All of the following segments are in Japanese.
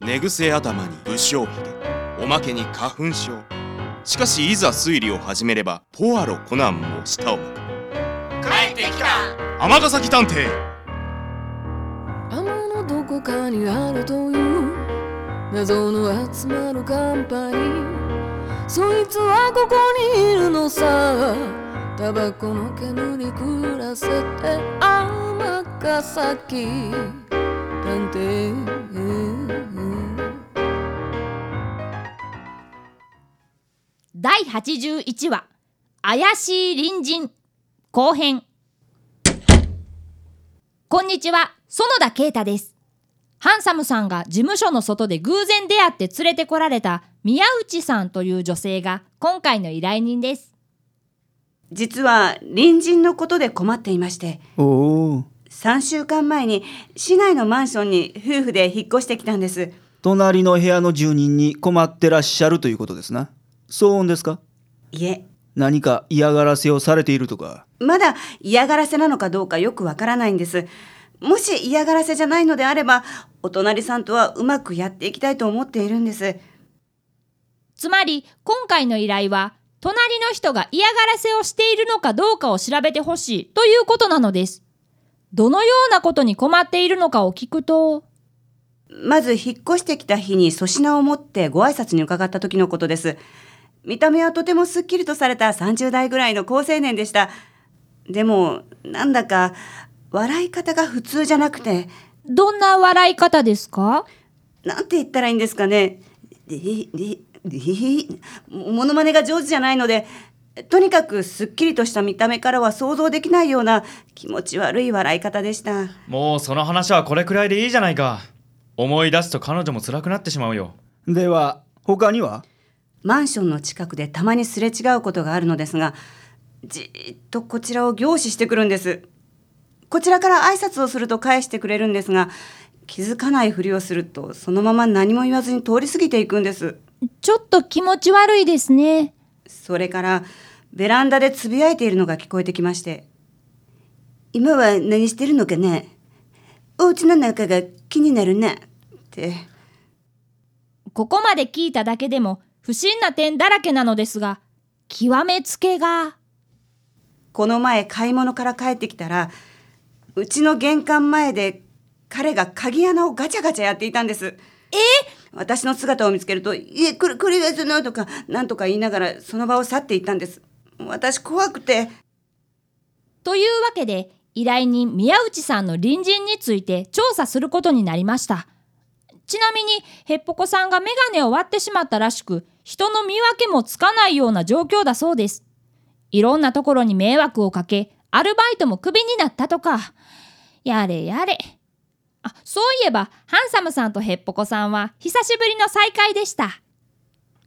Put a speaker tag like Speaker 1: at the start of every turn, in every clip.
Speaker 1: 寝癖頭に不祥髭おまけに花粉症しかしいざ推理を始めればポアロコナンも舌を巻く
Speaker 2: 帰ってきた
Speaker 1: 尼崎探偵
Speaker 3: 天のどこかにあるという謎の集まるカンパニーそいつはここにいるのさタバコの煙に暮らせて天ヶ崎探偵
Speaker 4: 第81話「怪しい隣人」後編こんにちは園田啓太ですハンサムさんが事務所の外で偶然出会って連れてこられた宮内さんという女性が今回の依頼人です
Speaker 5: 実は隣人のことで困っていまして
Speaker 6: おお
Speaker 5: 3週間前に市内のマンションに夫婦で引っ越してきたんです
Speaker 6: 隣の部屋の住人に困ってらっしゃるということですな騒音ですか
Speaker 5: いえ
Speaker 6: 何か嫌がらせをされているとか
Speaker 5: まだ嫌がらせなのかどうかよくわからないんですもし嫌がらせじゃないのであればお隣さんとはうまくやっていきたいと思っているんです
Speaker 4: つまり今回の依頼は隣の人が嫌がらせをしているのかどうかを調べてほしいということなのですどのようなことに困っているのかを聞くと
Speaker 5: まず引っ越してきた日に粗品を持ってご挨拶に伺った時のことです。見た目はとてもすっきりとされた30代ぐらいの高青年でした。でも、なんだか、笑い方が普通じゃなくて、
Speaker 4: どんな笑い方ですか
Speaker 5: なんて言ったらいいんですかね。でひででひモノマネが上手じゃないので、とにかくすっきりとした見た目からは想像できないような気持ち悪い笑い方でした。
Speaker 7: もうその話はこれくらいでいいじゃないか思い出すと彼女も辛くなってしまうよ
Speaker 6: では他には
Speaker 5: マンションの近くでたまにすれ違うことがあるのですがじーっとこちらを凝視してくるんですこちらから挨拶をすると返してくれるんですが気づかないふりをするとそのまま何も言わずに通り過ぎていくんです
Speaker 4: ちょっと気持ち悪いですね。
Speaker 5: それからベランダでつぶやいているのが聞こえてきまして今は何してるのかねお家の中が気になるねって
Speaker 4: ここまで聞いただけでも不審な点だらけなのですが、極めつけが、
Speaker 5: この前買い物から帰ってきたらうちの玄関前で彼が鍵穴をガチャガチャやっていたんですえ私の姿を見つけると「いえこれこれがその」とかなんとか言いながらその場を去っていったんです私怖くて
Speaker 4: というわけで、依頼人宮内さんの隣人について調査することになりました。ちなみに、ヘッポコさんがメガネを割ってしまったらしく、人の見分けもつかないような状況だそうです。いろんなところに迷惑をかけ、アルバイトもクビになったとか。やれやれ。あ、そういえば、ハンサムさんとヘッポコさんは久しぶりの再会でした。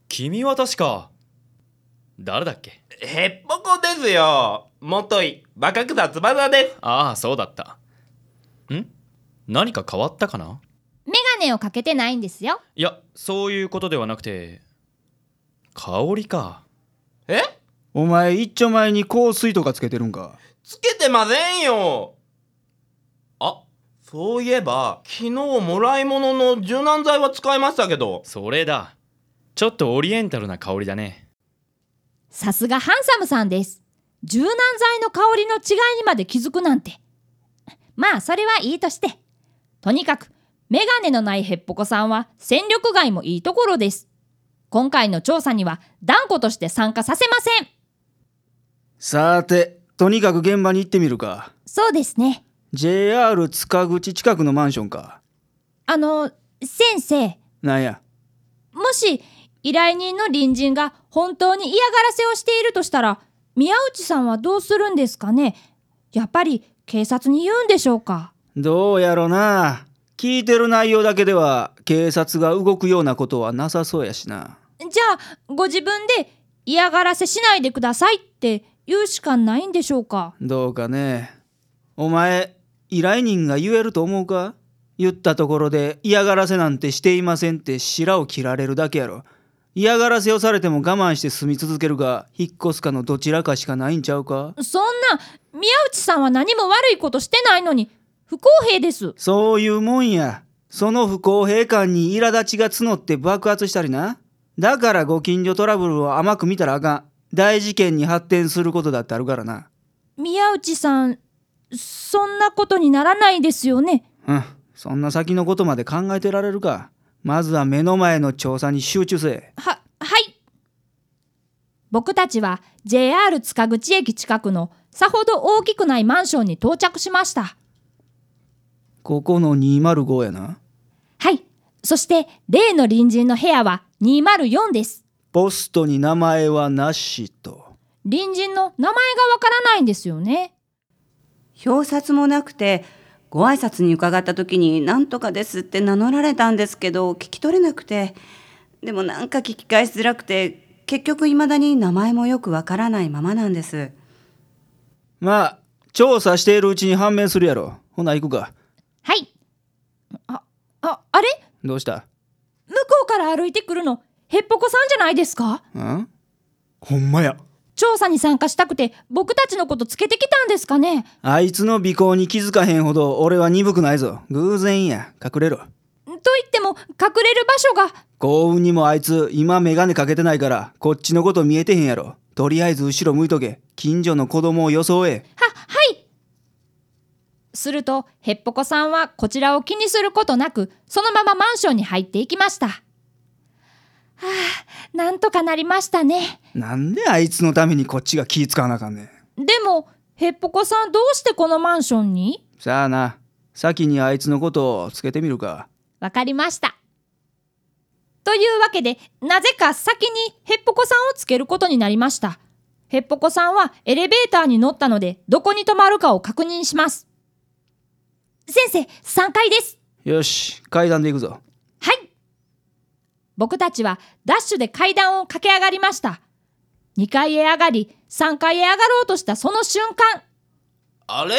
Speaker 7: 君は確か誰だっけ
Speaker 2: へっぽこですよ元い若草翼です
Speaker 7: ああそうだったん何か変わったかな
Speaker 4: メガネをかけてないんですよ。
Speaker 7: いやそういうことではなくて香りか
Speaker 2: え
Speaker 6: お前一丁前に香水とかつけてるんか
Speaker 2: つけてませんよあそういえば昨日もらい物の柔軟剤は使いましたけど
Speaker 7: それだちょっとオリエンタルな香りだね
Speaker 4: さすがハンサムさんです。柔軟剤の香りの違いにまで気づくなんて。まあ、それはいいとして。とにかく、メガネのないヘッポコさんは戦力外もいいところです。今回の調査には断固として参加させません。
Speaker 6: さてとにかく現場に行ってみるか
Speaker 4: そうですね。
Speaker 6: JR 塚口近くのマンションか
Speaker 4: あの、先生、
Speaker 6: なんや
Speaker 4: もし依頼人の隣人が本当に嫌がらせをしているとしたら、宮内さんはどうするんですかねやっぱり警察に言うんでしょうか
Speaker 6: どうやろな聞いてる内容だけでは警察が動くようなことはなさそうやしな
Speaker 4: じゃあご自分で嫌がらせしないでくださいって言うしかないんでしょうか
Speaker 6: どうかねお前依頼人が言えると思うか言ったところで嫌がらせなんてしていませんって白を切られるだけやろ嫌がらせをされても我慢して住み続けるか引っ越すかのどちらかしかないんちゃうか
Speaker 4: そんな宮内さんは何も悪いことしてないのに不公平です
Speaker 6: そういうもんやその不公平感に苛立ちが募って爆発したりな。だからご近所トラブルを甘く見たらあかん。大事件に発展することだってあるからな。
Speaker 4: 宮内さんそんなことにならないですよね
Speaker 6: うん、そんな先のことまで考えてられるか。まずは目の前の調査に集中せ。
Speaker 4: ははい僕たちは JR 塚口駅近くのさほど大きくないマンションに到着しました
Speaker 6: ここの205やな。
Speaker 4: はいそして例の隣人の部屋は204です
Speaker 6: ポストに名前はなしと。
Speaker 4: 隣人の名前がわからないんですよね
Speaker 5: 表札もなくてご挨拶に伺った時に「なんとかです」って名乗られたんですけど聞き取れなくてでもなんか聞き返しづらくて結局いまだに名前もよくわからないままなんです
Speaker 6: まあ、調査しているうちに判明するやろ。ほな、行くか。
Speaker 4: はいあああれ
Speaker 6: どうした
Speaker 4: 向こうから歩いてくるのヘッポコさんじゃないですか
Speaker 6: んほんまや。
Speaker 4: 調査に参加したくて僕たちのことつけてきたんですかね
Speaker 6: あいつの尾行に気づかへんほど俺は鈍くないぞ。偶然や。隠れろ。
Speaker 4: と言っても隠れる場所が
Speaker 6: 幸運にもあいつ今メガネかけてないからこっちのこと見えてへんやろ。とりあえず後ろ向いとけ。近所の子供を装え。
Speaker 4: ははいするとヘッポコさんはこちらを気にすることなくそのままマンションに入っていきましたはあなんとかなりましたね
Speaker 6: なんであいつのためにこっちが気使わなあかんねん。
Speaker 4: でもヘッポコさんどうしてこのマンションに
Speaker 6: さあな。先にあいつのことをつけてみるか。
Speaker 4: わかりましたというわけでなぜか先にヘッポコさんをつけることになりましたヘッポコさんはエレベーターに乗ったのでどこに止まるかを確認します先生3階です
Speaker 6: よし、階段で行くぞ。
Speaker 4: はい僕たちはダッシュで階段を駆け上がりました2階へ上がり3階へ上がろうとしたその瞬間
Speaker 2: あれ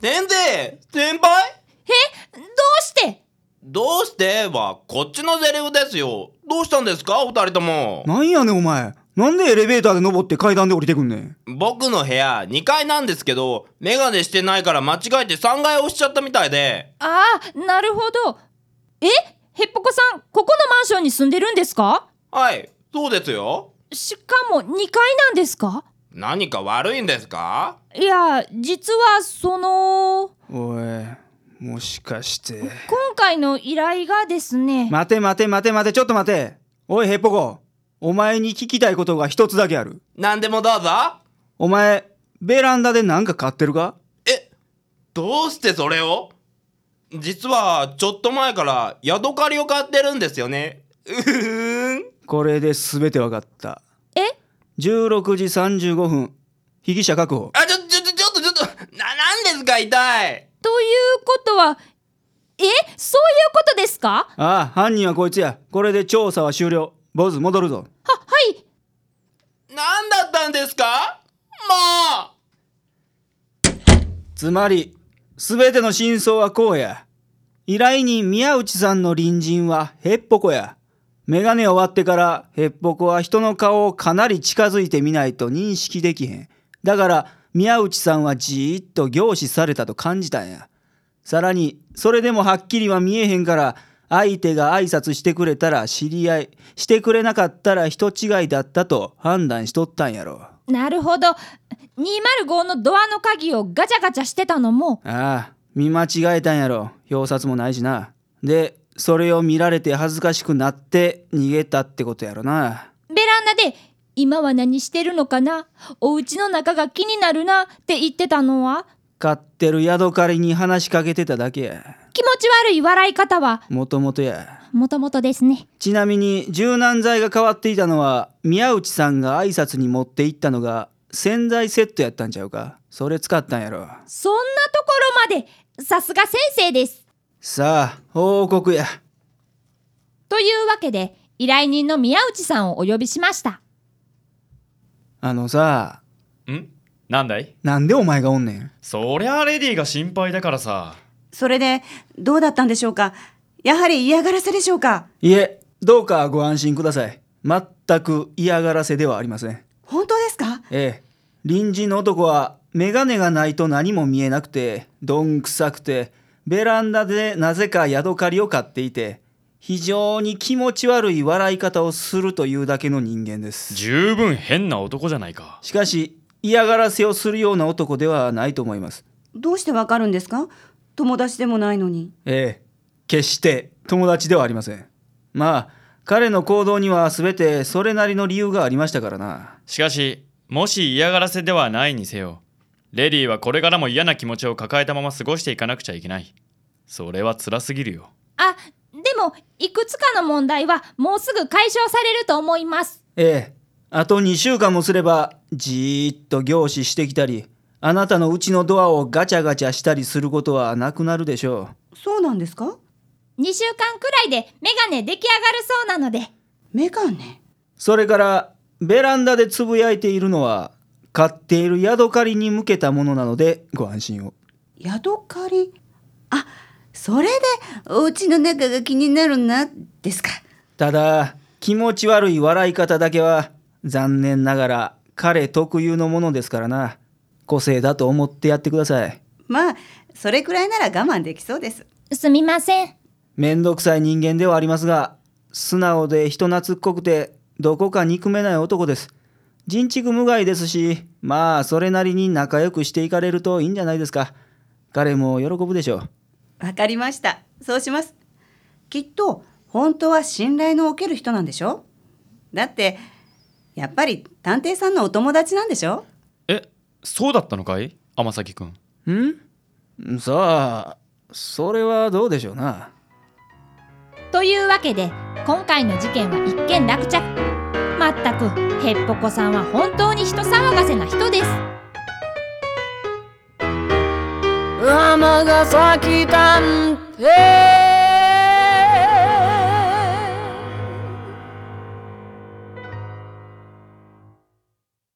Speaker 2: 先生先輩
Speaker 4: どうして
Speaker 2: どうしてはこっちのセリフですよどうしたんですかお二人とも
Speaker 6: なんやねんお前。なんでエレベーターで登って階段で降りてくんねん。
Speaker 2: 僕の部屋2階なんですけどメガネしてないから間違えて3階押しちゃったみたいで
Speaker 4: ああなるほどえヘッポコさんここのマンションに住んでるんですか
Speaker 2: はいそうですよ
Speaker 4: しかも2階なんですか
Speaker 2: 何か悪いんですか
Speaker 4: いや実はその
Speaker 6: おい、もしかして。
Speaker 4: 今回の依頼がですね
Speaker 6: 待て待て待て待て、ちょっと待て。おい、ヘッポコ。お前に聞きたいことが一つだけある。
Speaker 2: 何でもどうぞ
Speaker 6: お前、ベランダでなんか買ってるか
Speaker 2: えどうしてそれを実はちょっと前からヤドカリを買ってるんですよねうふん
Speaker 6: これで全てわかった。
Speaker 4: え
Speaker 6: 16時35分、被疑者確保。
Speaker 2: あちょちょちょちょっとちょっとな何ですか痛い
Speaker 4: ということはえそういうことですか
Speaker 6: ああ、犯人はこいつや。これで調査は終了。ボズ、戻るぞ。
Speaker 4: ははい
Speaker 2: 何だったんですかもう
Speaker 6: つまり、全ての真相はこうや。依頼人宮内さんの隣人はヘッポコや。メガネを割ってからヘッポコは人の顔をかなり近づいてみないと認識できへん。だから宮内さんはじーっと凝視されたと感じたんや。さらに、それでもはっきりは見えへんから、相手が挨拶してくれたら知り合い、してくれなかったら人違いだったと判断しとったんやろ。
Speaker 4: なるほど205のドアの鍵をガチャガチャしてたのも
Speaker 6: ああ見間違えたんやろ表札もないしなでそれを見られて恥ずかしくなって逃げたってことやろな
Speaker 4: ベランダで「今は何してるのかなお家の中が気になるな」って言ってたのは
Speaker 6: 飼ってるヤドカリに話しかけてただけや
Speaker 4: 気持ち悪い笑い方は
Speaker 6: もともとや
Speaker 4: もともとですね
Speaker 6: ちなみに柔軟剤が変わっていたのは宮内さんが挨拶に持って行ったのが洗剤セットやったんちゃうかそれ使ったんやろ
Speaker 4: そんなところまでさすが先生です
Speaker 6: さあ報告や
Speaker 4: というわけで依頼人の宮内さんをお呼びしました
Speaker 6: あのさ
Speaker 7: んなんだい
Speaker 6: なんでお前がおんねん
Speaker 7: そりゃあレディが心配だからさ
Speaker 5: それでどうだったんでしょうかやはり嫌がらせでしょうか
Speaker 6: いえどうかご安心ください全く嫌がらせではありません
Speaker 5: 本当ですか
Speaker 6: ええ隣人の男は眼鏡がないと何も見えなくてどんくさくてベランダでなぜかヤドカリを飼っていて非常に気持ち悪い笑い方をするというだけの人間です
Speaker 7: 十分変な男じゃないか
Speaker 6: しかし嫌がらせをするような男ではないと思います
Speaker 5: どうしてわかるんですか友達でもないのに。
Speaker 6: ええ決して友達ではありませんまあ彼の行動には全てそれなりの理由がありましたからな
Speaker 7: しかしもし嫌がらせではないにせよレディはこれからも嫌な気持ちを抱えたまま過ごしていかなくちゃいけないそれは辛すぎるよ
Speaker 4: あ、でも、いくつかの問題はもうすぐ解消されると思います。
Speaker 6: ええあと2週間もすればじーっと凝視してきたりあなたのうちのドアをガチャガチャしたりすることはなくなるでしょ
Speaker 5: そうなんですか
Speaker 4: 2週間くらいでメガネ出来上がるそうなので。
Speaker 5: メガネ。
Speaker 6: うそれからベランダでつぶやいているのは飼っているヤドカリに向けたものなのでご安心を
Speaker 5: ヤドカリ。あ、それでお家の中が気になるな、ですか。
Speaker 6: ただ気持ち悪い笑い方だけは残念ながら彼特有のものですからな個性だと思ってやってください
Speaker 5: まあ、それくらいなら我慢できそうです。
Speaker 4: すみません。
Speaker 6: めんどくさい人間ではありますが素直で人懐っこくてどこか憎めない男です人畜無害ですしまあそれなりに仲良くしていかれるといいんじゃないですか彼も喜ぶでしょう
Speaker 5: わかりました。そうします。きっと本当は信頼のおける人なんでしょだってやっぱり探偵さんのお友達なんでしょ
Speaker 7: えそうだったのかい天崎くん
Speaker 6: んさあそれはどうでしょうな
Speaker 4: というわけで今回の事件は一件落着まったくヘッポコさんは本当に人騒がせな人です
Speaker 3: 天ヶ崎探偵